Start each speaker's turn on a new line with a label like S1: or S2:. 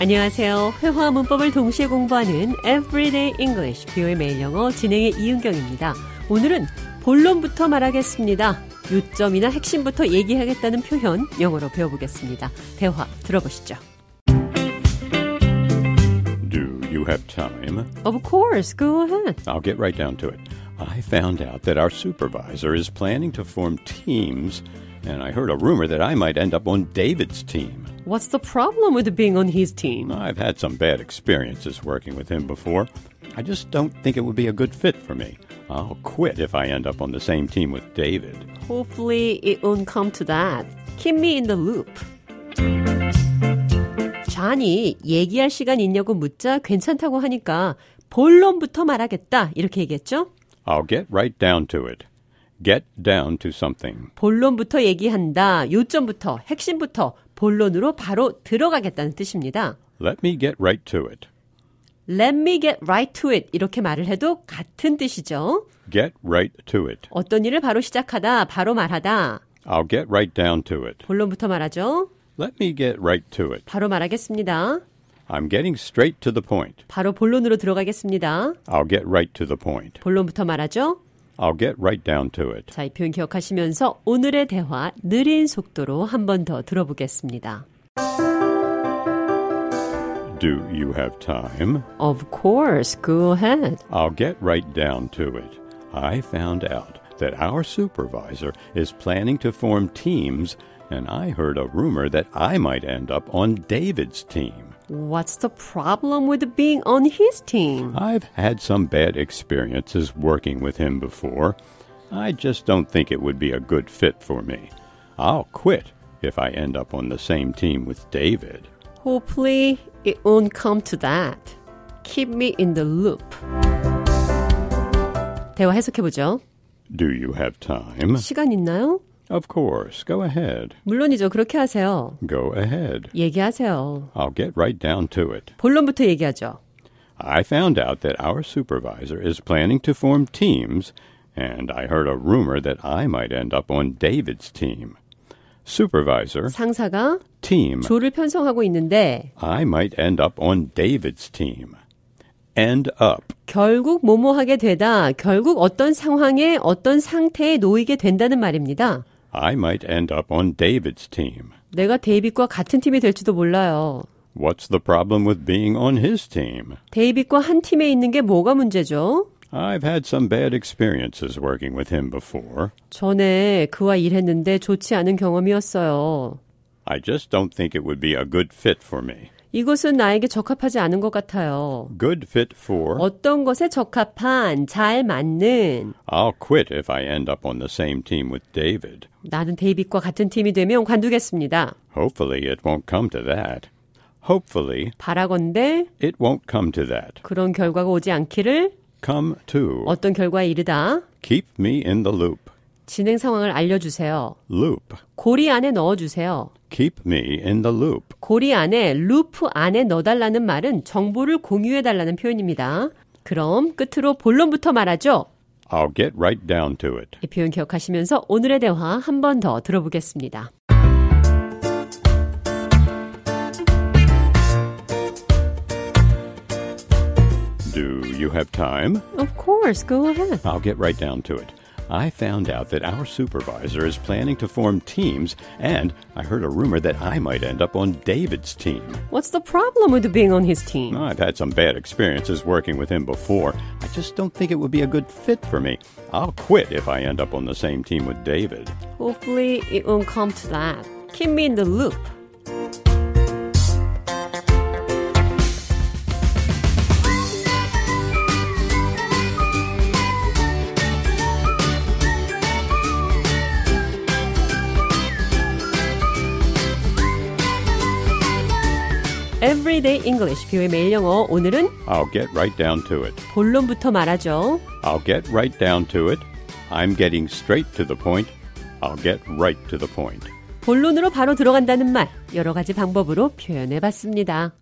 S1: 안녕하세요. 회화 문법을 동시에 공부하는 Everyday English, 뷰의 매일 영어 진행의 이은경입니다. 오늘은 본론부터 말하겠습니다. 요점이나 핵심부터 얘기하겠다는 표현 영어로 배워보겠습니다. 대화 들어보시죠.
S2: Do you have time?
S1: Of course, go ahead.
S2: I'll get right down to it. I found out that our supervisor is planning to form teams, and I heard a rumor that I might end up on David's team.
S1: What's the problem with being on his team?
S2: I've had some bad experiences working with him before. I just don't think it would be a good fit for me. I'll quit if I end up on the same team with David.
S1: Hopefully it won't come to that. Keep me in the loop. 잔이 얘기할 시간 있냐고 묻자 괜찮다고 하니까 본론부터 말하겠다 이렇게 얘기했죠?
S2: I'll get right down to it. Get down to something.
S1: 본론부터 얘기한다. 요점부터 핵심부터 본론으로 바로 들어가겠다는 뜻입니다.
S2: Let me get right to it.
S1: Let me get right to it 이렇게 말을 해도 같은 뜻이죠.
S2: Get right to it.
S1: 어떤 일을 바로 시작하다, 바로 말하다.
S2: I'll get right down to it.
S1: 본론부터 말하죠.
S2: Let me get right to it.
S1: 바로 말하겠습니다.
S2: I'm getting straight to the point.
S1: 바로 본론으로 들어가겠습니다.
S2: I'll get right to the point.
S1: 본론부터 말하죠.
S2: I'll get right down to it.
S1: 자, 이 표현 기억하시면서 오늘의 대화 느린 속도로 한 번 더 들어보겠습니다.
S2: Do you have time?
S1: Of course, go ahead.
S2: I'll get right down to it. I found out that our supervisor is planning to form teams, and I heard a rumor that I might end up on David's team.
S1: What's the problem with being on his team?
S2: I've had some bad experiences working with him before. I just don't think it would be a good fit for me. I'll quit if I end up on the same team with David.
S1: Hopefully, it won't come to that. Keep me in the loop. 대화 해석해 보죠.
S2: Do you have time?
S1: 시간 있나요?
S2: Of course. Go ahead.
S1: 물론이죠. 그렇게 하세요.
S2: Go ahead.
S1: 얘기하세요.
S2: I'll get right down to it.
S1: 본론부터 얘기하죠.
S2: I found out that our supervisor is planning to form teams, and I heard a rumor that I might end up on David's team. Supervisor,
S1: 상사가
S2: team.
S1: 조를 편성하고 있는데
S2: I might end up on David's team. End up.
S1: 결국 뭐뭐하게 되다, 결국 어떤 상황에 어떤 상태에 놓이게 된다는 말입니다.
S2: I might end up on David's team.
S1: 내가 데이빗과 같은 팀이 될지도 몰라요.
S2: What's the problem with being on his team?
S1: 데이빗과 한 팀에 있는 게 뭐가 문제죠?
S2: I've had some bad experiences working with him before.
S1: 전에 그와 일했는데 좋지 않은 경험이었어요.
S2: I just don't think it would be a good fit for me.
S1: 이것은 나에게 적합하지 않은 것 같아요.
S2: Good fit for.
S1: 어떤 것에 적합한, 잘 맞는.
S2: I'll quit if I end up on the same team with David.
S1: 나는 데이빗과 같은 팀이 되면 관두겠습니다.
S2: Hopefully, it won't come to that. Hopefully,
S1: 바라건대
S2: it won't come to that.
S1: 그런 결과가 오지 않기를
S2: Come to.
S1: 어떤 결과에 이르다
S2: Keep me in the loop.
S1: 진행 상황을 알려주세요.
S2: Loop.
S1: 고리 안에 넣어주세요.
S2: Keep me in the loop.
S1: 고리 안에 루프 안에 넣어달라는 말은 정보를 공유해달라는 표현입니다. 그럼 끝으로 본론부터 말하죠.
S2: I'll get right down to it.
S1: 이 표현 기억하시면서 오늘의 대화 한 번 더 들어보겠습니다.
S2: Do you have time?
S1: Of course, go ahead.
S2: I'll get right down to it. I found out that our supervisor is planning to form teams, and I heard a rumor that I might end up on David's team.
S1: What's the problem with being on his team?
S2: I've had some bad experiences working with him before. I just don't think it would be a good fit for me. I'll quit if I end up on the same team with David.
S1: Hopefully it won't come to that. Keep me in the loop. Everyday English, 뷰의 매일 영어. 오늘은
S2: I'll get right down to it.
S1: 본론부터 말하죠.
S2: I'll get right down to it. I'm getting straight to the point. I'll get right to the point.
S1: 본론으로 바로 들어간다는 말 여러 가지 방법으로 표현해 봤습니다.